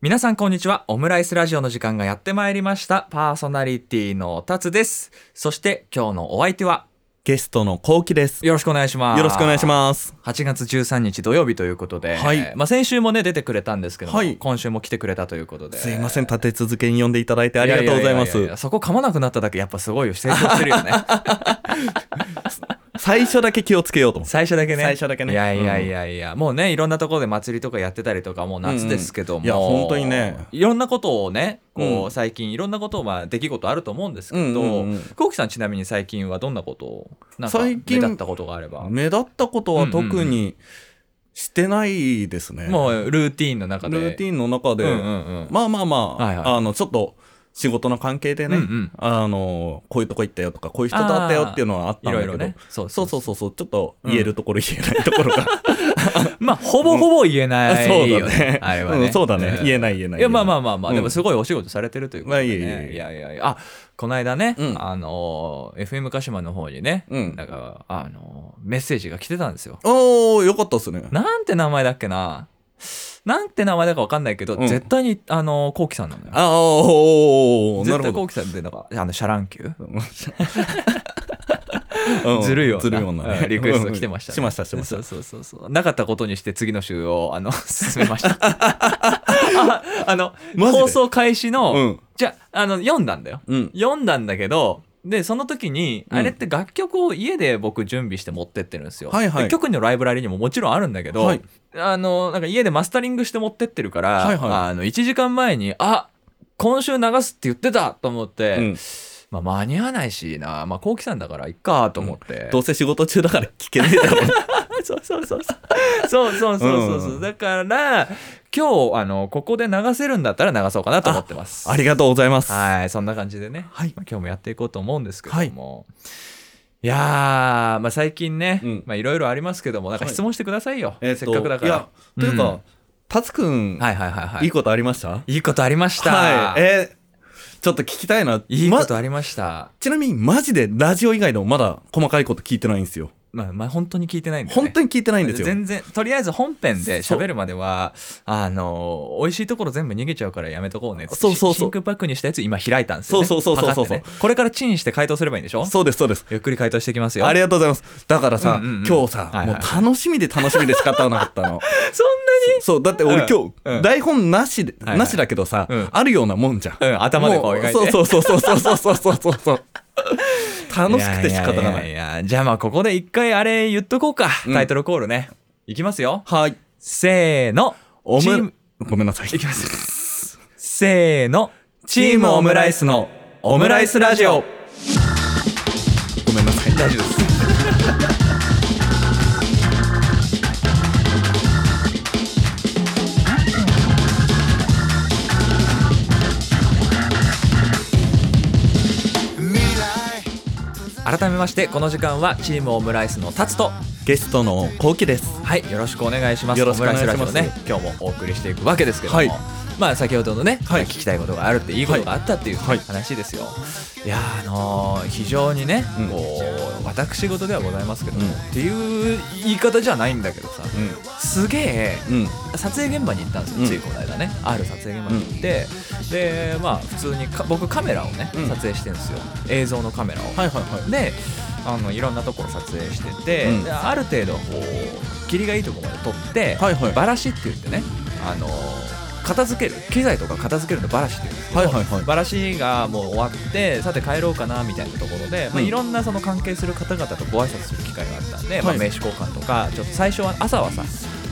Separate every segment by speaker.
Speaker 1: 皆さんこんにちは。オムライスラジオの時間がやってまいりました。パーソナリティのタツです。そして今日のお相手は
Speaker 2: ゲストのこうきです。よ
Speaker 1: よろしくお願いします。
Speaker 2: ろしくお願いします。
Speaker 1: 8月13日土曜日ということで、
Speaker 2: はい
Speaker 1: まあ、先週もね出てくれたんですけども、
Speaker 2: はい
Speaker 1: 今週も来てくれたということです
Speaker 2: いません、立て続けに呼んでいただいてありがとうござい
Speaker 1: やや
Speaker 2: ま
Speaker 1: やや
Speaker 2: す
Speaker 1: や。そこ噛まなくなっただけやっぱすごいよ成長してるよ ね
Speaker 2: 最初だけ気をつけようと思って。
Speaker 1: 最初だけね
Speaker 2: 最初だけね
Speaker 1: いやいやいやいや、もうねいろんなところで祭りとかやってたりとかもう夏ですけども、
Speaker 2: うんうんいや本当にね
Speaker 1: いろんなことをねこう、
Speaker 2: うん
Speaker 1: 最近いろんなことをまあ出来事あると思うんですけど、
Speaker 2: うんうんうん
Speaker 1: こうきさんちなみに最近はどんなことをなんか目
Speaker 2: 最近
Speaker 1: 立ったことがあれば
Speaker 2: 目立ったことは特にしてないですね。
Speaker 1: もうルーティンの中で
Speaker 2: ルーティンの中で、
Speaker 1: うんうんうん
Speaker 2: まあまあまあ、
Speaker 1: はいはい
Speaker 2: あの、ちょっと仕事の関係でね、
Speaker 1: うんうん
Speaker 2: あの、こういうとこ行ったよとか、こういう人と会ったよっていうのはあった
Speaker 1: い
Speaker 2: んだ
Speaker 1: ろ
Speaker 2: け
Speaker 1: い
Speaker 2: ど、
Speaker 1: ろねそう
Speaker 2: そうそうそうそう、ちょっと言えるところ言えないところが。
Speaker 1: まあほぼほぼ言えないよ、
Speaker 2: そうだね
Speaker 1: あれはね、
Speaker 2: うんそうだね
Speaker 1: ん
Speaker 2: 言えない言えない
Speaker 1: いやまあまあまあまあ、
Speaker 2: うん
Speaker 1: でもすごいお仕事されてるということで、ね、
Speaker 2: まあいえいえいえ
Speaker 1: いやいやいやあこの間ね、
Speaker 2: うん
Speaker 1: あのー FM 鹿島の方にね、
Speaker 2: うん
Speaker 1: なんかあのーメッセージが来てたんですよ
Speaker 2: おー、よかったっすね。
Speaker 1: なんて名前だっけななんて名前だかわかんないけど、
Speaker 2: うん
Speaker 1: 絶対にあのーこうきさんなのよ
Speaker 2: あーおー、な
Speaker 1: 絶
Speaker 2: るほ
Speaker 1: 対
Speaker 2: ど
Speaker 1: こ。うきさんってなんかあのシャランキュー
Speaker 2: うん
Speaker 1: ずるいような
Speaker 2: ずるいようなね、
Speaker 1: うんリクエスト来てましたね、
Speaker 2: しましたしまし
Speaker 1: そう
Speaker 2: た
Speaker 1: そうそうそうなかったことにして次の週を あの進めましたああの
Speaker 2: マジで
Speaker 1: 放送開始の、
Speaker 2: うん
Speaker 1: じゃあの読んだんだよ
Speaker 2: うん
Speaker 1: 読んだんだけどでその時に
Speaker 2: うん
Speaker 1: あれって楽曲を家で僕準備して持ってってるんですよ、
Speaker 2: はいはい
Speaker 1: で曲のライブラリにももちろんあるんだけど、
Speaker 2: はい
Speaker 1: あのなんか家でマスタリングして持ってってるから、
Speaker 2: はいはい
Speaker 1: あの1時間前にあ今週流すって言ってたと思って、
Speaker 2: うん
Speaker 1: まあ、間に合わないしな、まあ、こうきさんだからいっかと思って、
Speaker 2: どうせ仕事中だから 聞けねえだ ろう
Speaker 1: そうそうそうそう。 そうそうそうそうそう
Speaker 2: うん
Speaker 1: だから、今日、あの、ここで流せるんだったら流そうかなと思ってます。
Speaker 2: ありがとうございます
Speaker 1: はい、そんな感じでね。
Speaker 2: はい
Speaker 1: まあ今日もやっていこうと思うんですけども。い、やー、まあ最近ね、
Speaker 2: うん
Speaker 1: まあいろいろありますけども、なんか
Speaker 2: はい
Speaker 1: 質問してくださいよ。
Speaker 2: えーと
Speaker 1: せっかくだか
Speaker 2: い
Speaker 1: ら
Speaker 2: や。という
Speaker 1: うん
Speaker 2: かタツくん
Speaker 1: はいはいはいはいい。
Speaker 2: いことありました
Speaker 1: いいことありました。
Speaker 2: はいえーちょっと聞きたいない
Speaker 1: い
Speaker 2: ま
Speaker 1: ことありました。
Speaker 2: ちなみにマジでラジオ以外でもまだ細かいこと聞いてないんですよ
Speaker 1: まあ、まあ本当に聞いてないんで、ね。
Speaker 2: 本当に聞いてないんですよ
Speaker 1: 全然とりあえず本編で喋るまではあの美味しいところ全部逃げちゃうからやめとこうねっつって
Speaker 2: そうそうそう
Speaker 1: シンクパックにしたやつ今開いたんですよ、ね、
Speaker 2: そうそうそうそうそ
Speaker 1: パカ
Speaker 2: う
Speaker 1: ってねこれからチンして解凍すればいいんでしょ
Speaker 2: そうですそうです
Speaker 1: ゆっくり解凍していきますよ
Speaker 2: ありがとうございますだからさ、
Speaker 1: うんうんうん
Speaker 2: 今日さ、
Speaker 1: はいはいはい
Speaker 2: もう楽しみで楽しみで仕方なかったの
Speaker 1: そ
Speaker 2: そうだって俺今日、
Speaker 1: うんうん
Speaker 2: 台本なしで、
Speaker 1: いはい
Speaker 2: なしだけどさ、
Speaker 1: うん
Speaker 2: あるようなもんじゃん
Speaker 1: んなに、うん、頭でこう描いて
Speaker 2: もそうそうそうそうそうそうそうそうそう。楽しくて仕方がない。
Speaker 1: やややじゃあまあここで一回あれ言っとこうか、
Speaker 2: うん
Speaker 1: タイトルコールねいきますよ
Speaker 2: はい。
Speaker 1: せーの
Speaker 2: オ
Speaker 1: チーム
Speaker 2: ム、ごめんなさい。
Speaker 1: いきますせーのチームオムライスのオムライスラジオ
Speaker 2: ごめんなさい。大丈夫です。
Speaker 1: 改めましてこの時間はチームオムライスのタツと
Speaker 2: ゲストのコウキです。
Speaker 1: はいよろしくお願いします
Speaker 2: よろしくお願いします
Speaker 1: オムライスラジオね今日もお送りしていくわけですけども、
Speaker 2: はい
Speaker 1: まあ先ほどのね、
Speaker 2: はい
Speaker 1: 聞きたいことがあるっていいことがあったっていう
Speaker 2: はい
Speaker 1: 話ですよ、い、やーあのー非常にね、
Speaker 2: うん
Speaker 1: こう私事ではございますけども、
Speaker 2: うん
Speaker 1: っていう言い方じゃないんだけどさ、すげえ
Speaker 2: うん。うん。
Speaker 1: 撮影現場に行ったんです
Speaker 2: う
Speaker 1: よ
Speaker 2: ん
Speaker 1: ついこの間ね、ある撮影現場に行って、でまあ普通にか僕カメラをね
Speaker 2: うん
Speaker 1: 撮影してるんですよ、映像のカメラを、
Speaker 2: はいはいは
Speaker 1: であのいろんなところ撮影してて、
Speaker 2: うん
Speaker 1: である程度こう霧がいいところまで撮って、
Speaker 2: はいはい
Speaker 1: バラシって言ってねあの片付ける機材とか片付けるのバラシって言うんですけど、
Speaker 2: はいはいはい
Speaker 1: バラシがもう終わってさて帰ろうかなみたいなところで、まあ、
Speaker 2: うん
Speaker 1: いろんなその関係する方々とご挨拶する機会があったんで、まあ、
Speaker 2: はい
Speaker 1: 名刺交換とかちょっと最初は朝はさ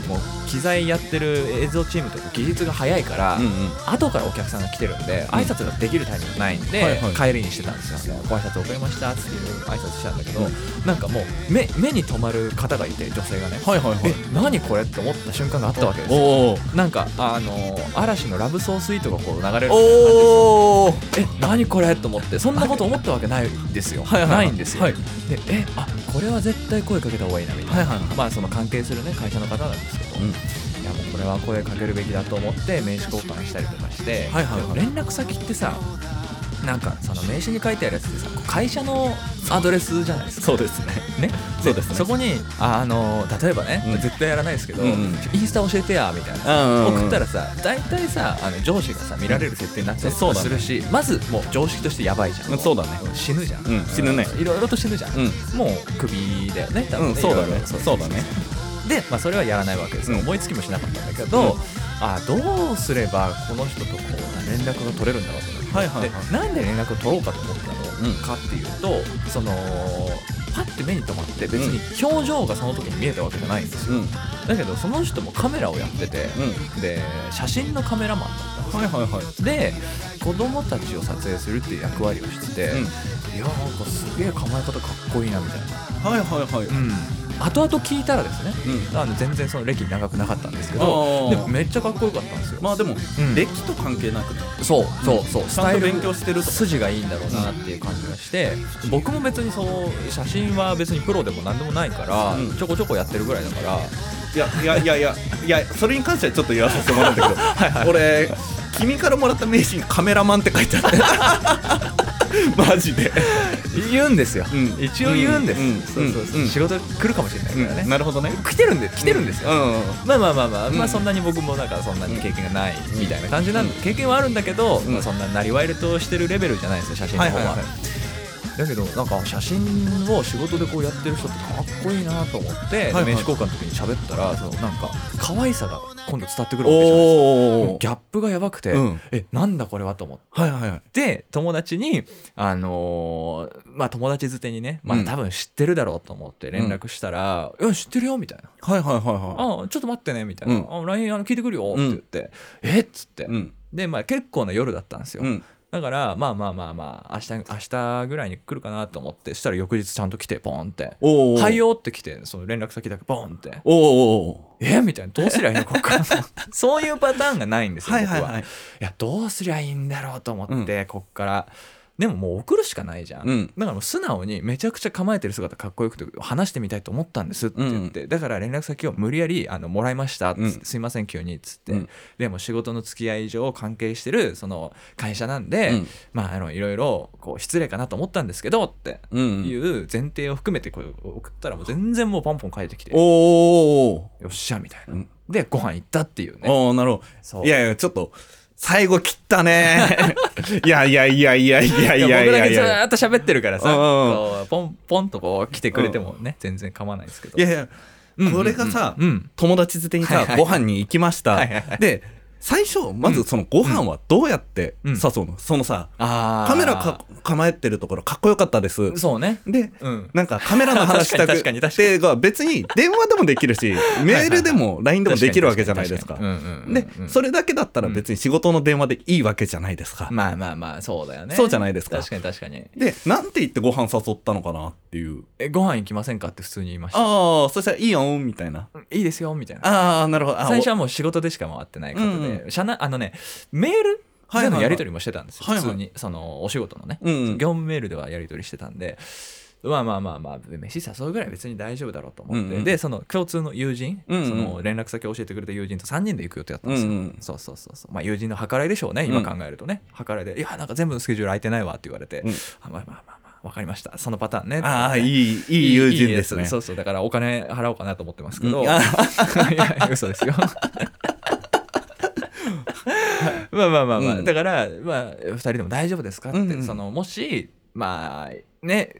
Speaker 1: もう機材やってる映像チームとか技術が早いから、
Speaker 2: い。うんうん。
Speaker 1: 後からお客さんが来てるんで挨拶ができるタイミングないんで、
Speaker 2: はいはい
Speaker 1: 帰りにしてたんですよ、ご挨拶遅れましたっていう挨拶したんだけど、なんかもう目目に留まる方がいて女性がね、
Speaker 2: はいはいはい
Speaker 1: え。何これって思った瞬間があったわけですよ
Speaker 2: おー
Speaker 1: なんかあのー嵐の「ラブソースイート」がこう流れるみたいな感じですよ
Speaker 2: おー
Speaker 1: え何これと思ってそんなこと思ったわけないんですよ、
Speaker 2: はいはいはい
Speaker 1: ないんですよ、
Speaker 2: はい
Speaker 1: でえあこれは絶対声かけた方がいいなみたいな、
Speaker 2: はいはいはい
Speaker 1: まあその関係するね会社の方なんですけど、
Speaker 2: うん
Speaker 1: いやもうこれは声かけるべきだと思って名刺交換したりとかして、
Speaker 2: はいはいはい
Speaker 1: で連絡先ってさなんかその名刺に書いてあるやつってさこう会社のアドレスじゃないですか
Speaker 2: そうですね
Speaker 1: ね、
Speaker 2: そうですね
Speaker 1: そこにああの例えばね、
Speaker 2: うん
Speaker 1: 絶対やらないですけど、
Speaker 2: うんうん
Speaker 1: インスタ教えてやみたいな、送ったらさ大体さあの上司がさ見られる設定になったりと
Speaker 2: そう
Speaker 1: か
Speaker 2: だね
Speaker 1: するし、まずもう常識としてやばいじゃん、
Speaker 2: うんそうだね
Speaker 1: 死ぬじゃん、
Speaker 2: うん死ぬね
Speaker 1: いろいろと死ぬじゃん、
Speaker 2: うん
Speaker 1: もうクビだよね多分
Speaker 2: うんそうだ
Speaker 1: いろい
Speaker 2: ね
Speaker 1: ろ
Speaker 2: そうだね
Speaker 1: で、まあ、それはやらないわけですよ、
Speaker 2: うん
Speaker 1: 思いつきもしなかったんだけど、
Speaker 2: うん
Speaker 1: ああどうすればこの人とこう連絡が取れるんだろうと思って、
Speaker 2: はいはいはい
Speaker 1: でなんで連絡を取ろうかと思ったのかっていうと、そのパッて目に留まって別に表情がその時に見えたわけじゃないんです
Speaker 2: う
Speaker 1: よ、
Speaker 2: んうん
Speaker 1: だけどその人もカメラをやってて、で写真のカメラマンだったんです
Speaker 2: はいはいはい
Speaker 1: で子供たちを撮影するっていう役割をしてて、
Speaker 2: うん
Speaker 1: いやなんかすげえ構え方かっこいいなみたいな、
Speaker 2: はいはいはい
Speaker 1: 後々聞いたらですね、
Speaker 2: う
Speaker 1: あの全然その歴長くなかったんですけ
Speaker 2: あ
Speaker 1: ど
Speaker 2: ー
Speaker 1: でもめっちゃかっこよかったんですよ、
Speaker 2: まあでも
Speaker 1: うん
Speaker 2: 歴と関係なくね
Speaker 1: そうそうそう、
Speaker 2: ちゃんと勉強してると
Speaker 1: 筋がいいんだろうなっていう感じがして僕も別にその写真は別にプロでも何でもないから、
Speaker 2: うん
Speaker 1: ちょこちょこやってるぐらいだから
Speaker 2: いやいやいやいやいやそれに関してはちょっと言わさせてもらうん だけど俺君からもらった名刺にカメラマンって書いてある マジで、
Speaker 1: 言うんですよ、
Speaker 2: うん
Speaker 1: 一応言うんです、
Speaker 2: うん
Speaker 1: そうそうそう
Speaker 2: うん
Speaker 1: 仕事来るかもしれないからね、
Speaker 2: なるほどね
Speaker 1: 来てるんで来てるんですよ、
Speaker 2: うんうん
Speaker 1: まあまあまあまあ、
Speaker 2: うん
Speaker 1: まあそんなに僕もなんかそんなに経験がないみたいな感じなんで、経験はあるんだけど、
Speaker 2: うん
Speaker 1: まあそんななりわいれとしてるレベルじゃないですよ写真の方は,、
Speaker 2: はいはいは
Speaker 1: だけどなんか写真を仕事でこうやってる人ってかっこいいなと思って、
Speaker 2: はいはい
Speaker 1: 名刺交換の時に喋ったらそのなんか可愛さが今度伝わってくるわけじゃないですか
Speaker 2: おお
Speaker 1: ギャップがやばくて、
Speaker 2: うん
Speaker 1: えなんだこれはと思って。
Speaker 2: はいはいはい
Speaker 1: で友達に、あのーまあ、友達づてにね、ま
Speaker 2: う
Speaker 1: あ、
Speaker 2: ん
Speaker 1: 多分知ってるだろうと思って連絡したら「いや知ってるよ」みたいな
Speaker 2: はいはいはいは
Speaker 1: あちょっと待ってねみたいな、
Speaker 2: うん
Speaker 1: あ LINE あの聞いてくるよって言って、えっつって、
Speaker 2: いうん
Speaker 1: で、まあ、結構な夜だったんですよ、
Speaker 2: うん
Speaker 1: だからまあまあまあまあ明日明日ぐらいに来るかなと思ってしたら翌日ちゃんと来てポンって「
Speaker 2: おお
Speaker 1: はいよ」って来てその連絡先だけポンって
Speaker 2: お
Speaker 1: 「
Speaker 2: お
Speaker 1: えみたいなどうすりゃいいのこっから そういうパターンがないんですよ
Speaker 2: はい
Speaker 1: 僕は,、
Speaker 2: はいいはい
Speaker 1: やどうすりゃいいんだろうと思って、こっからでももう送るしかないじゃん、
Speaker 2: うん
Speaker 1: だからもう素直にめちゃくちゃ構えてる姿かっこよくて話してみたいと思ったんですって言って、だから連絡先を無理やりあのもらいましたっつって、
Speaker 2: うん
Speaker 1: すいません急にっつって、
Speaker 2: うん
Speaker 1: でも仕事の付き合い上関係してるその会社なんで、
Speaker 2: うん
Speaker 1: まああのいろいろこう失礼かなと思ったんですけどって
Speaker 2: うんうん
Speaker 1: いう前提を含めてこう送ったらもう全然もうポンポン返ってきてよ
Speaker 2: おー
Speaker 1: っしゃみたいな、
Speaker 2: うん
Speaker 1: でご飯行ったっていうね
Speaker 2: おーなるほ
Speaker 1: そ
Speaker 2: ど
Speaker 1: う
Speaker 2: いやいやちょっと最後切った ねいやいやいやいやいやいやい
Speaker 1: 僕だ
Speaker 2: や
Speaker 1: け
Speaker 2: い
Speaker 1: ず
Speaker 2: や
Speaker 1: ーっと喋ってるからさ
Speaker 2: うんうんう
Speaker 1: こ
Speaker 2: ん
Speaker 1: うポンポンとこう来てくれてもね全然構わないですけど
Speaker 2: いやいやこれがさ、
Speaker 1: うんうんうん
Speaker 2: 友達づてにさ、
Speaker 1: はいはい
Speaker 2: ご飯に行きました、
Speaker 1: はいはいはい
Speaker 2: で最初まずそのご飯はどうやって
Speaker 1: うん
Speaker 2: 誘うの、そのさ
Speaker 1: あー
Speaker 2: カメラか構えてるところかっこよかったです
Speaker 1: そうね
Speaker 2: で、
Speaker 1: うん
Speaker 2: なんかカメラの話し た
Speaker 1: 確
Speaker 2: く
Speaker 1: かに確かに
Speaker 2: てが別に電話でもでき るしメールでも LINE でもできるわけじゃないですか
Speaker 1: 確に確にうんうん
Speaker 2: で
Speaker 1: うんうん
Speaker 2: それだけだったら別に仕事の電話でいいわけじゃないですか、
Speaker 1: まあまあまあそうだよね
Speaker 2: そうじゃないですか
Speaker 1: 確かに確かに
Speaker 2: でなんて言ってご飯誘ったのかなっていう
Speaker 1: えご飯行きませんかって普通に言いました
Speaker 2: ああそしたらいいよみたいな
Speaker 1: うんいいですよみたいな
Speaker 2: ああなるほどあ
Speaker 1: 最初はもう仕事でしか回ってない方で、
Speaker 2: うん
Speaker 1: 社内あのねメールでのやり取りもしてたんですよ、
Speaker 2: はいはいはい
Speaker 1: 普通にそのお仕事のね、
Speaker 2: うんうん
Speaker 1: 業務メールではやり取りしてたんでまあまあまあまあ飯誘うぐらい別に大丈夫だろうと思って、
Speaker 2: うんうん
Speaker 1: でその共通の友人、
Speaker 2: うんうん
Speaker 1: その連絡先を教えてくれた友人と3人で行く予定だったんですよ、
Speaker 2: うんうん
Speaker 1: そうそうそうそうまあ友人の計らいでしょうね今考えるとね、計らいで「いやなんか全部のスケジュール空いてないわ」って言われて「
Speaker 2: うん
Speaker 1: あまあまあまあまあ分かりましたそのパターンね」
Speaker 2: ああ、い
Speaker 1: い
Speaker 2: い、いい友人で
Speaker 1: い
Speaker 2: す
Speaker 1: い
Speaker 2: ね。
Speaker 1: やつそうそうだからお金払おうかなと思ってますけど、
Speaker 2: うん
Speaker 1: い
Speaker 2: あ
Speaker 1: や嘘ですよまあまあまあまあ、
Speaker 2: うん
Speaker 1: だから、まあ、2人でも大丈夫ですかって、
Speaker 2: うんうん
Speaker 1: そのもしまあね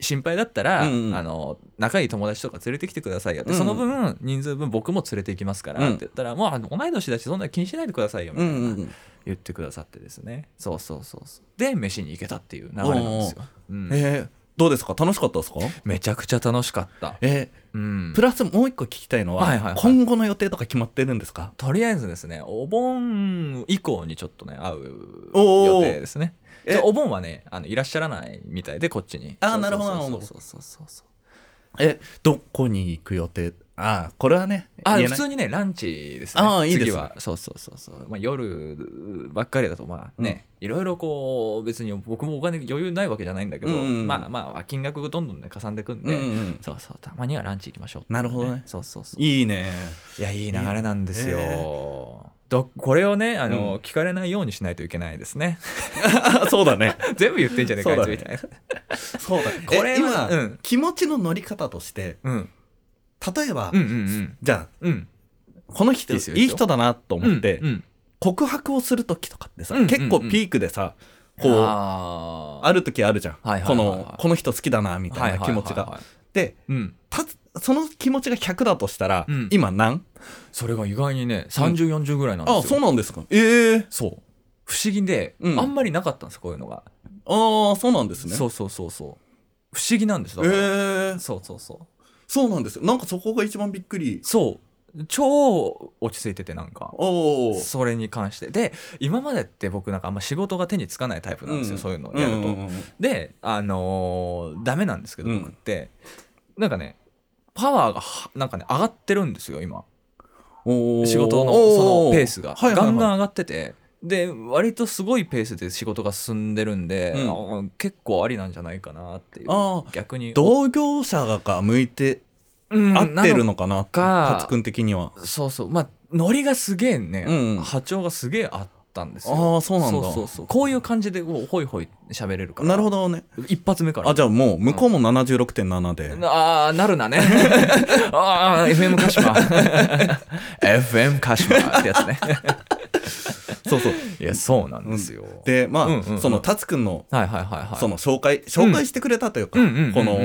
Speaker 1: 心配だったら、
Speaker 2: うんうん
Speaker 1: あの仲いい友達とか連れてきてくださいよって、
Speaker 2: うん
Speaker 1: その分人数分僕も連れて行きますからって言ったら、もうあの同い年だしそんな気にしないでくださいよみ
Speaker 2: う
Speaker 1: たい
Speaker 2: ん
Speaker 1: な、
Speaker 2: うん
Speaker 1: 言ってくださってですねそうそうそうそうで飯に行けたっていう流れなんですよ、うん
Speaker 2: うん。えー、どうですか楽しかったですか
Speaker 1: めちゃくちゃ楽しかった、
Speaker 2: え
Speaker 1: うん
Speaker 2: ー、プラスもう一個聞きたいのは、
Speaker 1: はいはいはい
Speaker 2: 今後の予定とか決まってるんですか
Speaker 1: とりあえずですねお盆以降にちょっとね会う
Speaker 2: おー
Speaker 1: 予定ですね
Speaker 2: え
Speaker 1: ちょお盆はねあのいらっしゃらないみたいでこっちに
Speaker 2: あ
Speaker 1: そうそう
Speaker 2: ーなるほど
Speaker 1: そうそうそうそう
Speaker 2: え、どこに行く予定ああ、これはね、
Speaker 1: あ
Speaker 2: 言え
Speaker 1: 普
Speaker 2: ない
Speaker 1: 通にねランチですね
Speaker 2: あーいいで
Speaker 1: 次
Speaker 2: すね
Speaker 1: はそうそうそうそう、まあ、夜ばっかりだとまあね、いろいろこう別に僕もお金余裕ないわけじゃないんだけど、
Speaker 2: うんうんうん
Speaker 1: まあまあ金額がどんどんねかさんでくん
Speaker 2: う
Speaker 1: で、
Speaker 2: んうん。
Speaker 1: そうそうたまにはランチ行きましょう、
Speaker 2: なるほどね
Speaker 1: そうそうそうい
Speaker 2: いいね。
Speaker 1: やいい流れなんですよ、
Speaker 2: え
Speaker 1: どこれをねあの、聞かれないようにしないといけないですね
Speaker 2: そうだね
Speaker 1: 全部言ってんじゃねえかあいつみたいな
Speaker 2: そうだ
Speaker 1: これは
Speaker 2: え今、
Speaker 1: うん
Speaker 2: 気持ちの乗り方として
Speaker 1: うん
Speaker 2: 例えば、
Speaker 1: うんうん
Speaker 2: じゃ
Speaker 1: うんうん
Speaker 2: あこの人
Speaker 1: いい
Speaker 2: いい
Speaker 1: ですよいいですよ
Speaker 2: 人だなと思って、
Speaker 1: うん
Speaker 2: 告白をする時とかってさ、
Speaker 1: うん
Speaker 2: 結構ピークでさこうあ
Speaker 1: あー
Speaker 2: る時あるじゃん、
Speaker 1: はいはいはい
Speaker 2: こ
Speaker 1: はい
Speaker 2: のこの人好きだなみたいな気持ち
Speaker 1: はいはい
Speaker 2: が、
Speaker 1: はいはい
Speaker 2: で
Speaker 1: うん
Speaker 2: たその気持ちが100だとしたら、
Speaker 1: うん
Speaker 2: 今何
Speaker 1: それが意外にね3040ぐらいなんですよ、
Speaker 2: あそうなんですかええ
Speaker 1: そう不思議で、
Speaker 2: うん
Speaker 1: あんまりなかったんですこういうのが、
Speaker 2: ああそうなんですね
Speaker 1: そうそうそうそう不思議なんですだ
Speaker 2: ええ
Speaker 1: から、そうそうそう
Speaker 2: そうなんですよなんかそこが一番びっくり
Speaker 1: そう超落ち着いててなんか
Speaker 2: おお
Speaker 1: それに関してで今までって僕なんかあんま仕事が手につかないタイプなんですよ、
Speaker 2: うん
Speaker 1: そういうのをやると、であのーダメなんですけど
Speaker 2: うん
Speaker 1: 僕って、なんかねパワーがはなんかね上がってるんですよ今仕事のそのペースが、ガンガン
Speaker 2: ン
Speaker 1: 上がっててで割とすごいペースで仕事が進んでるんで、
Speaker 2: う
Speaker 1: あ結構ありなんじゃないかなっていう
Speaker 2: ああ
Speaker 1: 逆に
Speaker 2: 同業者が向いて
Speaker 1: うん
Speaker 2: 合ってる
Speaker 1: な
Speaker 2: のかな
Speaker 1: か
Speaker 2: 達くん的には
Speaker 1: のそうそうまあノリがすげえね、
Speaker 2: うん
Speaker 1: 波長がすげえあったんですよ
Speaker 2: ああそうなんだ
Speaker 1: そうそうそうこういう感じでこうホイホイ喋れるから
Speaker 2: なるほどね
Speaker 1: 一発目から
Speaker 2: あじゃあもう向こうも76.7で、
Speaker 1: あーなるな ねああ FM 鹿島 FM 鹿島ってやつね
Speaker 2: そうそう
Speaker 1: いやそうなんですよ、
Speaker 2: でまあ、
Speaker 1: うんうんうん
Speaker 2: その達くんの
Speaker 1: はいはいはいはい
Speaker 2: その紹介紹介してくれたというか、
Speaker 1: うんうんうんうんうん
Speaker 2: この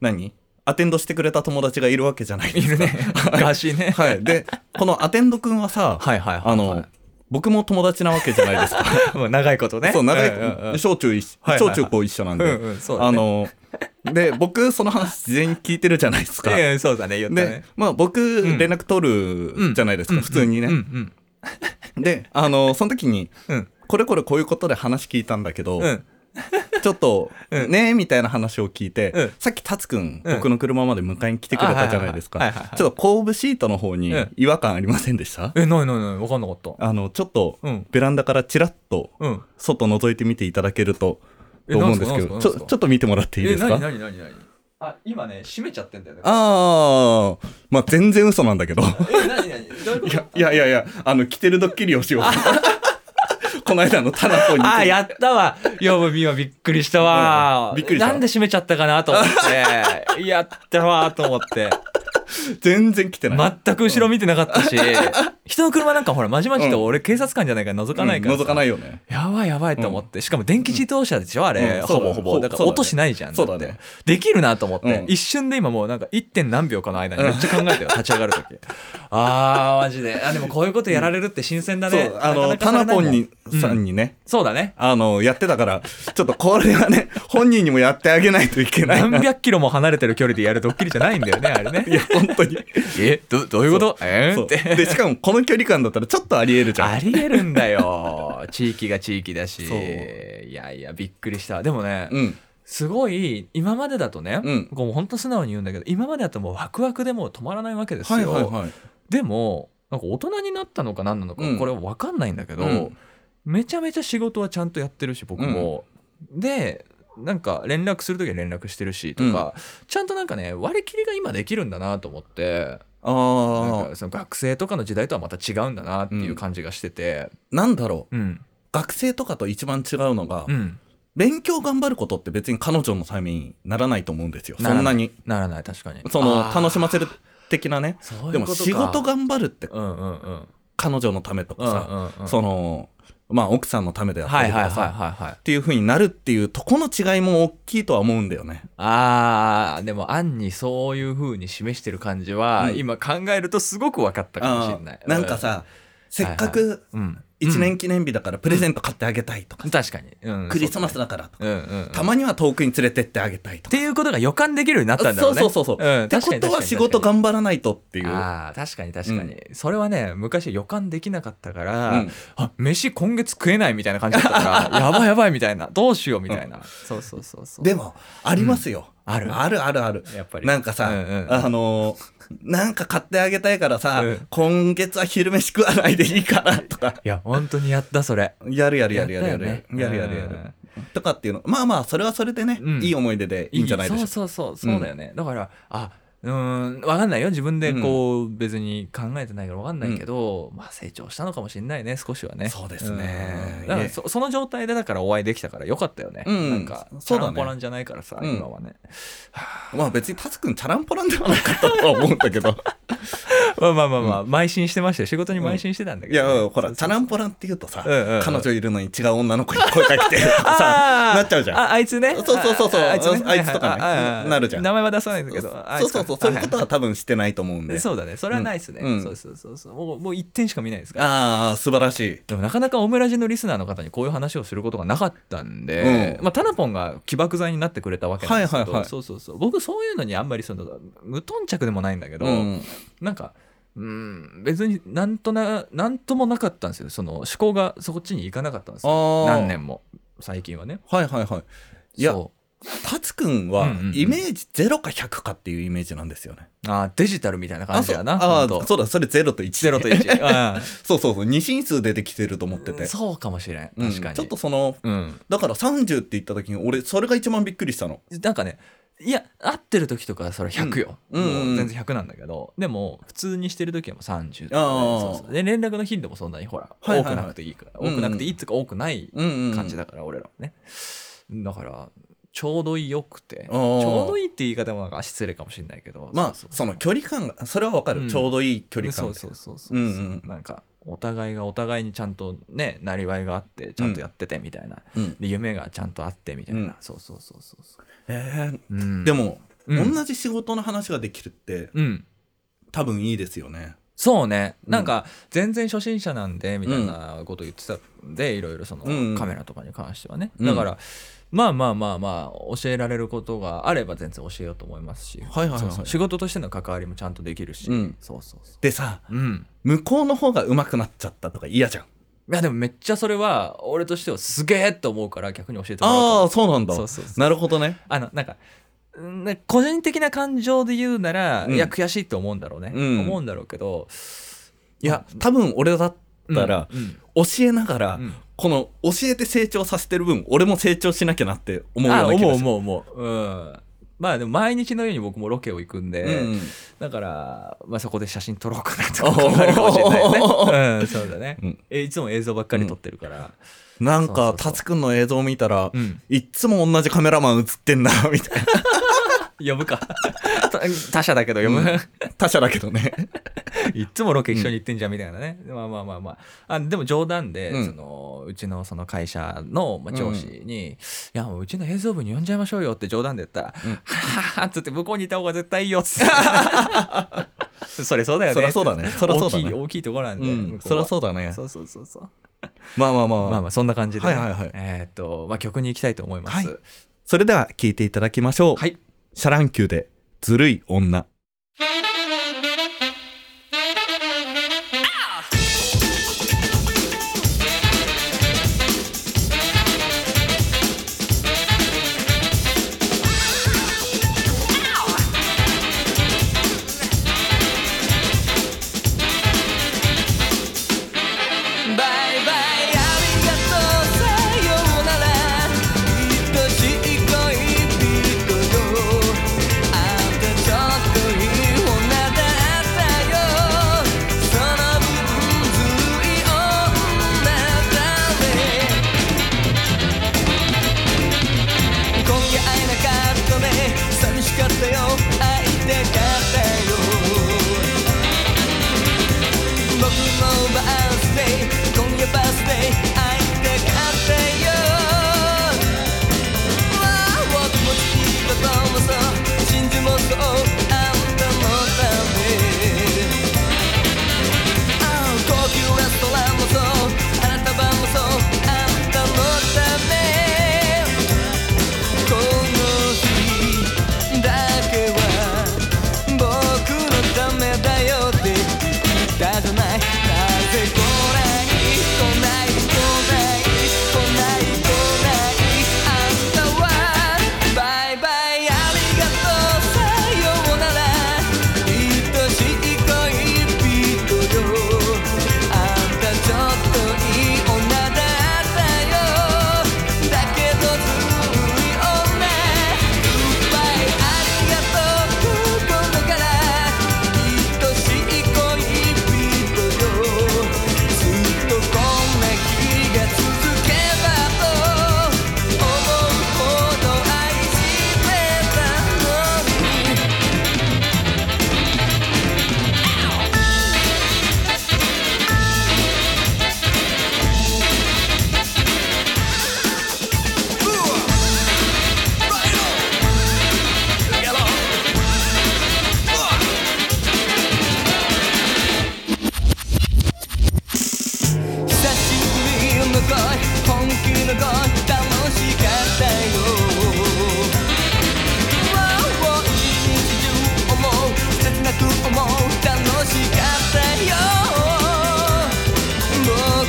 Speaker 2: 何アテンドしてくれた友達がいるわけじゃないで
Speaker 1: い
Speaker 2: す
Speaker 1: る
Speaker 2: か
Speaker 1: ね昔ね
Speaker 2: はいでこのアテンドくんはさ、
Speaker 1: はいはいはいはい
Speaker 2: あの、僕も友達なわけじゃないですか
Speaker 1: もう長いことね
Speaker 2: そう長い、
Speaker 1: んんうん
Speaker 2: 小中一
Speaker 1: はいはいは
Speaker 2: 小
Speaker 1: い
Speaker 2: 中高一緒なんで、
Speaker 1: うんうんそうだね
Speaker 2: あので僕その話事前に聞いてるじゃないですか、
Speaker 1: ええそうだね言った
Speaker 2: で
Speaker 1: ね、
Speaker 2: まあ、僕
Speaker 1: ん
Speaker 2: 連絡取るじゃないですか、普通にね、
Speaker 1: うんうん
Speaker 2: であのその時に
Speaker 1: うん
Speaker 2: これこれこういうことで話聞いたんだけど、
Speaker 1: うん
Speaker 2: ちょっと、
Speaker 1: うん
Speaker 2: ねみたいな話を聞いて、
Speaker 1: うん
Speaker 2: さっき達くん、
Speaker 1: うん
Speaker 2: 僕の車まで迎えに来てくれたじゃないです
Speaker 1: あは
Speaker 2: か
Speaker 1: いはいはいはいはいはい
Speaker 2: ちょっと後部シートの方に
Speaker 1: うん
Speaker 2: 違和感ありませんでした、
Speaker 1: えないないない分かんなかった
Speaker 2: あのちょっと
Speaker 1: うん
Speaker 2: ベランダからちらっと
Speaker 1: うん
Speaker 2: 外覗いてみていただけると
Speaker 1: え
Speaker 2: と思うんですけ
Speaker 1: な
Speaker 2: ど
Speaker 1: ん
Speaker 2: ち
Speaker 1: すかなんすかなん
Speaker 2: ょ
Speaker 1: すか
Speaker 2: ちょっと見てもらっていいです
Speaker 1: え
Speaker 2: か
Speaker 1: 何何何何あ今ね閉めちゃってんだよね
Speaker 2: ああまあ全然嘘なんだ けど
Speaker 1: え何何どういうこ
Speaker 2: いやいやいやいやあの着てるドッキリをしよう この間のタナポに
Speaker 1: あーやったわヨブミはびっくりしたわ
Speaker 2: うんびっくりした
Speaker 1: なんで閉めちゃったかなと思って やったわと思って
Speaker 2: 全然来てない、
Speaker 1: 全く後ろ見てなか ったし人の車なんかほらまじまじと俺警察官じゃないから覗かないから
Speaker 2: うん覗かないいよね
Speaker 1: やばいやばいと思ってしかも電気自動車でしょあれ
Speaker 2: うん
Speaker 1: ほぼほ
Speaker 2: そ
Speaker 1: ぼ
Speaker 2: う
Speaker 1: だ
Speaker 2: だね
Speaker 1: から
Speaker 2: そうだね
Speaker 1: 音しないじゃん
Speaker 2: そうだね
Speaker 1: ってできるなと思って
Speaker 2: うん
Speaker 1: 一瞬で今もうなんか 1. 何秒かの間にめっちゃ考えたよ立ち上が る時あーマジであでもこういうことやられるって新鮮だね
Speaker 2: そうあ
Speaker 1: な
Speaker 2: の
Speaker 1: か
Speaker 2: タ
Speaker 1: なかされ
Speaker 2: ナ
Speaker 1: ない
Speaker 2: ポ
Speaker 1: もん
Speaker 2: ンに、さんにね
Speaker 1: そうだね
Speaker 2: あの、やってたから、ちょっとこれはね、本人にもやってあげないといけないな。
Speaker 1: 何
Speaker 2: い
Speaker 1: 百キロも離れてる距離でやるドッキリじゃないんだよね、あれね。
Speaker 2: や、本当に。
Speaker 1: え、ど、どういうことえー
Speaker 2: そ
Speaker 1: っ
Speaker 2: う
Speaker 1: て。
Speaker 2: で、しかもこの距離感だったらちょっとあり得るじゃん。
Speaker 1: ありえるんだよ。地域が地域だし。
Speaker 2: そう
Speaker 1: いやいや、びっくりした。でもね、
Speaker 2: うん。
Speaker 1: すごい、今までだとね、
Speaker 2: うん
Speaker 1: こう本当素直に言うんだけど、今までだともうワクワクでもう止まらないわけですよ。
Speaker 2: はいはいはい。
Speaker 1: でも、なんか大人になったのか何なのか、
Speaker 2: うん
Speaker 1: これわかんないんだけど、
Speaker 2: うん
Speaker 1: めちゃめちゃ仕事はちゃんとやってるし僕も、でなんか連絡する時は連絡してるしとか、ちゃんとなんかね割り切りが今できるんだなと思ってなん
Speaker 2: ああ、
Speaker 1: かその学生とかの時代とはまた違うんだなっていう感じがしてて
Speaker 2: なんだろう。
Speaker 1: うん
Speaker 2: 学生とかと一番違うのが、
Speaker 1: うん
Speaker 2: 勉強頑張ることって別に彼女のためにならないと思うんですよ。そんなに。
Speaker 1: ならない確かに
Speaker 2: その、楽し
Speaker 1: ま
Speaker 2: ませる的なね。
Speaker 1: そういう
Speaker 2: でも
Speaker 1: ことか
Speaker 2: 仕事頑張るって
Speaker 1: うんうんうん
Speaker 2: 彼女のためとか
Speaker 1: うんうんう
Speaker 2: さ、
Speaker 1: ん
Speaker 2: その、まあ奥さんのためであった
Speaker 1: は
Speaker 2: り
Speaker 1: い
Speaker 2: と
Speaker 1: はいはい
Speaker 2: か
Speaker 1: はい
Speaker 2: さ、
Speaker 1: はい
Speaker 2: っていう風になるっていうとこの違いも大きいとは思うんだよね。
Speaker 1: あーでも暗にそういうふうに示してる感じは、
Speaker 2: うん
Speaker 1: 今考えるとすごく分かったかもしれない
Speaker 2: あーなんか、さ、せっかく
Speaker 1: うん、
Speaker 2: 1年記念日だからプレゼント買ってあげたいとか、
Speaker 1: 確かに、うん
Speaker 2: クリスマスだからとか、
Speaker 1: そうだねうんうんうん
Speaker 2: たまには遠くに連れてってあげたい
Speaker 1: っ
Speaker 2: とか。
Speaker 1: ていうことが予感できるようになったんだろうね。
Speaker 2: そうそうそうそう。
Speaker 1: うん
Speaker 2: って
Speaker 1: 確
Speaker 2: こ
Speaker 1: かに
Speaker 2: とは仕事
Speaker 1: 確か
Speaker 2: 頑張らないとってい
Speaker 1: に
Speaker 2: う。
Speaker 1: ああ確かに確かに、それはね昔予感できなかったから、
Speaker 2: うん
Speaker 1: あ飯今月食えないみたいな感じだったからやばいやばいみたいなどうしようみたいな、そうそうそうそう
Speaker 2: でも、ありますよ、
Speaker 1: うんある
Speaker 2: あるあるある。
Speaker 1: やっぱり
Speaker 2: なんかさ、
Speaker 1: うんうん
Speaker 2: あのーなんか買ってあげたいからさ、
Speaker 1: うん
Speaker 2: 今月は昼飯食わないでいいからとか。
Speaker 1: いや本当にやったそれ
Speaker 2: やるやるやるやる
Speaker 1: や
Speaker 2: やるや
Speaker 1: っ
Speaker 2: る
Speaker 1: たよね
Speaker 2: やるやるや
Speaker 1: うん
Speaker 2: る。とかっていうの。まあまあ、それはそれでね、
Speaker 1: うん
Speaker 2: いい思い出でいいんじゃないでしょうか。
Speaker 1: そうそうそうそうだよね、だからあうーん分かんないよ自分でこう、別に考えてないから分かんないけど、まあ成長したのかもしれないね少しはね
Speaker 2: そうですね
Speaker 1: うんだか
Speaker 2: いえ
Speaker 1: らそその状態でだからお会いできたからよかったよね、
Speaker 2: うん
Speaker 1: なんか
Speaker 2: そうだね
Speaker 1: ちゃんぽなんじゃないからさ、
Speaker 2: うん
Speaker 1: 今はね
Speaker 2: まあ別にタツくんチャランポランではなかったとは思うんだ けど
Speaker 1: まあまあまあまあ、邁進してましたよ仕事に邁進してたんだ
Speaker 2: い
Speaker 1: けど
Speaker 2: や
Speaker 1: ね、
Speaker 2: ほらチャランポランって言うとさ、
Speaker 1: うんうんうん
Speaker 2: 彼女いるのに違う女の子に声かけてさ
Speaker 1: あー
Speaker 2: なっちゃうじゃん
Speaker 1: ああいつね
Speaker 2: そうそうそうそう
Speaker 1: ああいつ,、ね、
Speaker 2: あいつとかね
Speaker 1: はいはいはい
Speaker 2: なるじゃん
Speaker 1: 名前は出さないんだけどあい
Speaker 2: そう
Speaker 1: つ
Speaker 2: そ
Speaker 1: か
Speaker 2: うそうそういうことは多分してないと思うんで、
Speaker 1: そうだねそれはないですね、
Speaker 2: うん
Speaker 1: そうそうそうそうもうもう1点しか見ないですから
Speaker 2: ああ素晴らしい
Speaker 1: でもなかなかオムラジのリスナーの方にこういう話をすることがなかったんで、
Speaker 2: うん
Speaker 1: まあ、タナポンが起爆剤になってくれたわけなんですけど、
Speaker 2: はいはいはい
Speaker 1: そうそうそう僕そういうのにあんまりその無頓着でもないんだけど、
Speaker 2: うん
Speaker 1: なんかうん別になんとななんともなかったんですよその思考がそっちに行かなかったんですよ
Speaker 2: ああ
Speaker 1: 何年も最近はね。
Speaker 2: はいはいはいいや
Speaker 1: そ
Speaker 2: タツくん
Speaker 1: う
Speaker 2: は
Speaker 1: んうんうん
Speaker 2: イメージ0か100かっていうイメージなんですよね、
Speaker 1: うあーデジタルみたいな感じやなほ
Speaker 2: あ
Speaker 1: ん
Speaker 2: そう
Speaker 1: と
Speaker 2: あーそうだそれ0と1
Speaker 1: 0と1、うん
Speaker 2: そうそうそう二進数でできてると思ってて
Speaker 1: そうかもしれん確
Speaker 2: うん
Speaker 1: かに、うん、
Speaker 2: ちょっとそのだから30って言った時に俺それが一番びっくりしたの
Speaker 1: なんかねいや合ってる時とかそれ100よ、
Speaker 2: うんうんうん
Speaker 1: もう全然100なんだけどでも普通にしてる時はもう30とか
Speaker 2: ああ
Speaker 1: ねそうそうで連絡の頻度もそんなにほら、
Speaker 2: はいはいはい
Speaker 1: 多くなくていいから多くなくていいっていうか多くない
Speaker 2: うん
Speaker 1: 感じだから、俺らはねだからちょうどよくてち
Speaker 2: ああ
Speaker 1: ょうどいいって言い方もなんか失礼かもしれないけど
Speaker 2: まあ
Speaker 1: う
Speaker 2: そうの距離感がそれはわかる、
Speaker 1: うん
Speaker 2: ちょうどいい距離
Speaker 1: そ
Speaker 2: 感
Speaker 1: う
Speaker 2: で
Speaker 1: そうそうそう、
Speaker 2: うんうん
Speaker 1: なんかお互いがお互いにちゃんとねなりわいがあってちゃんとやっててみたいな、
Speaker 2: うん
Speaker 1: で夢がちゃんとあってみたいな、
Speaker 2: うん
Speaker 1: そうそうそうそうそう、
Speaker 2: えー
Speaker 1: うん、
Speaker 2: で
Speaker 1: も
Speaker 2: も、
Speaker 1: うん
Speaker 2: 同じ仕事の話ができるって
Speaker 1: うん
Speaker 2: 多分いいですよね
Speaker 1: そうね
Speaker 2: うん
Speaker 1: なんか全然初心者なんでみたいなこと言ってたんで、いろいろその
Speaker 2: うん
Speaker 1: カメラとかに関してはね、
Speaker 2: うん
Speaker 1: だからまあまあまあまあ教えられることがあれば全然教えようと思いますし、
Speaker 2: はいはいはい
Speaker 1: そうそう仕事としての関わりもちゃんとできるし、
Speaker 2: うん
Speaker 1: そうそうそ
Speaker 2: でさ
Speaker 1: ううん
Speaker 2: 向こうの方が上手くなっちゃったとか嫌じゃん
Speaker 1: いやでもめっちゃそれは俺としてはすげえと思うから逆に教えてもらおうと思う
Speaker 2: ああそうなんだ
Speaker 1: そうそうそう
Speaker 2: なるほどね
Speaker 1: あのなんかうんね個人的な感情で言うなら、
Speaker 2: うん
Speaker 1: いや悔しいと思うんだろうね、
Speaker 2: うん
Speaker 1: 思うんだろうけど
Speaker 2: いや多分俺だったら、
Speaker 1: うんうん
Speaker 2: 教えながら、
Speaker 1: うん
Speaker 2: この教えて成長させてる分俺も成長しなきゃなって思うよう
Speaker 1: あ
Speaker 2: な気が
Speaker 1: 思う
Speaker 2: する
Speaker 1: 思う思う、うん、まあでも毎日のように僕もロケを行くんで、
Speaker 2: うんうん
Speaker 1: だから、まあ、そこで写真撮ろうかなとか考えるかもしれ ないよね、うん、そうだね、
Speaker 2: うん
Speaker 1: えいつも映像ばっかり撮ってるから、
Speaker 2: なん
Speaker 1: そうそう
Speaker 2: か
Speaker 1: そう
Speaker 2: タツくんの映像見たら、
Speaker 1: うん
Speaker 2: いっつも同じカメラマン映ってんな みたい
Speaker 1: 呼ぶか 他他社だけど呼ぶ、
Speaker 2: うんな他社だけどね
Speaker 1: いっつもロケ一緒に行ってんじゃんみたいなね、まあまあまあまああでも冗談で、
Speaker 2: うん
Speaker 1: そのうちのその会社の、まあ、上司に、いやもううちの映像部に呼んじゃいましょうよって冗談で言ったら「はははっつって向こうにいた方が絶対いいよっつって それそうだよね
Speaker 2: そりゃそうだねそりゃそうだね
Speaker 1: 大きい大きいところなんで、
Speaker 2: うんそりゃそうだね
Speaker 1: そうそうそうそう
Speaker 2: まあまあまあ、
Speaker 1: まあまあそんな感じで、
Speaker 2: はいはいはい
Speaker 1: えーっと、まあ、曲に行きたいと思います
Speaker 2: はいそれでは聞いていただきましょう、
Speaker 1: はい
Speaker 2: シャランキューでずるい女
Speaker 3: バイバイありがとうさようなら愛しい恋人よあんたちょっと声本気の声楽しかったよ Wow 一日中思う切なく思う楽しかったよ僕の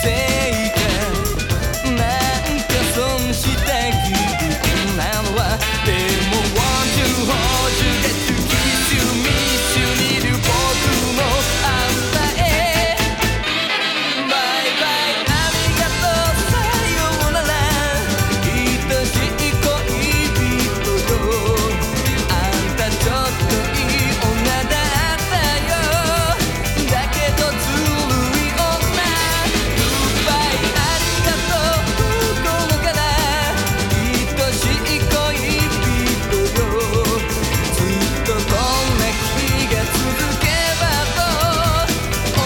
Speaker 3: せいかなんか損した気分なのはでも Want you, hold you, get you, kiss you, miss you, need you 僕のあんたへバイバイありがとうさようなら愛しい恋人よあんたちょっといい女だったよだけどずるい女グッバイありがとう心から愛しい恋人よずっとこんな日が続けばと思う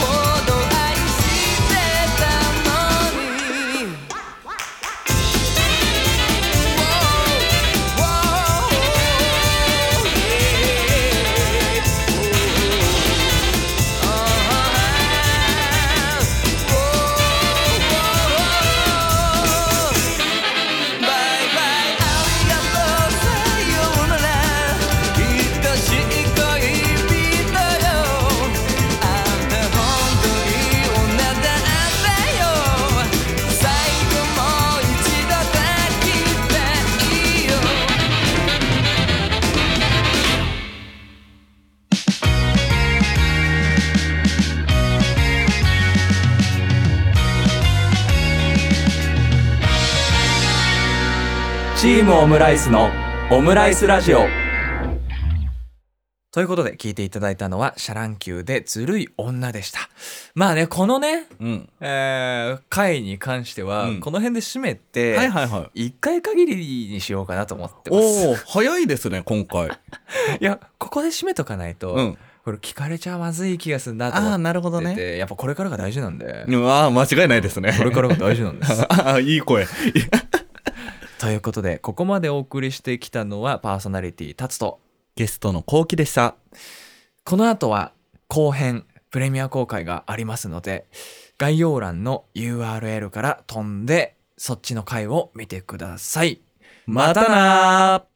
Speaker 3: ほど愛してたのにバイバイありがとうさようなら愛しい恋人よあんた本当に女だったよ最後もう一度抱きたいよ
Speaker 1: チームオムライスのオムライスラジオということで聞いていただいたのは「シャラン級でずるい女」でしたまあねこのね、
Speaker 2: うん
Speaker 1: えー回に関しては、
Speaker 2: うん
Speaker 1: この辺で締めて、
Speaker 2: はいはいはい
Speaker 1: 一回限りにしようかなと思ってま
Speaker 2: お
Speaker 1: す
Speaker 2: お 早いですね今回
Speaker 1: いやここで締めとかないと、
Speaker 2: うん
Speaker 1: これ聞かれちゃまずい気がするなと
Speaker 2: ああ
Speaker 1: 思
Speaker 2: なるほど
Speaker 1: ってて、
Speaker 2: ね
Speaker 1: やっぱこれからが大事なんで、
Speaker 2: うんああ間違いないですね
Speaker 1: これからが大事なんです
Speaker 2: ああいい 声
Speaker 1: ということでここまでお送りしてきたのはパーソナリティタツと
Speaker 2: ゲストのこうきでした
Speaker 1: この後は後編プレミア公開がありますので概要欄の URL から飛んでそっちの回を見てください。またなー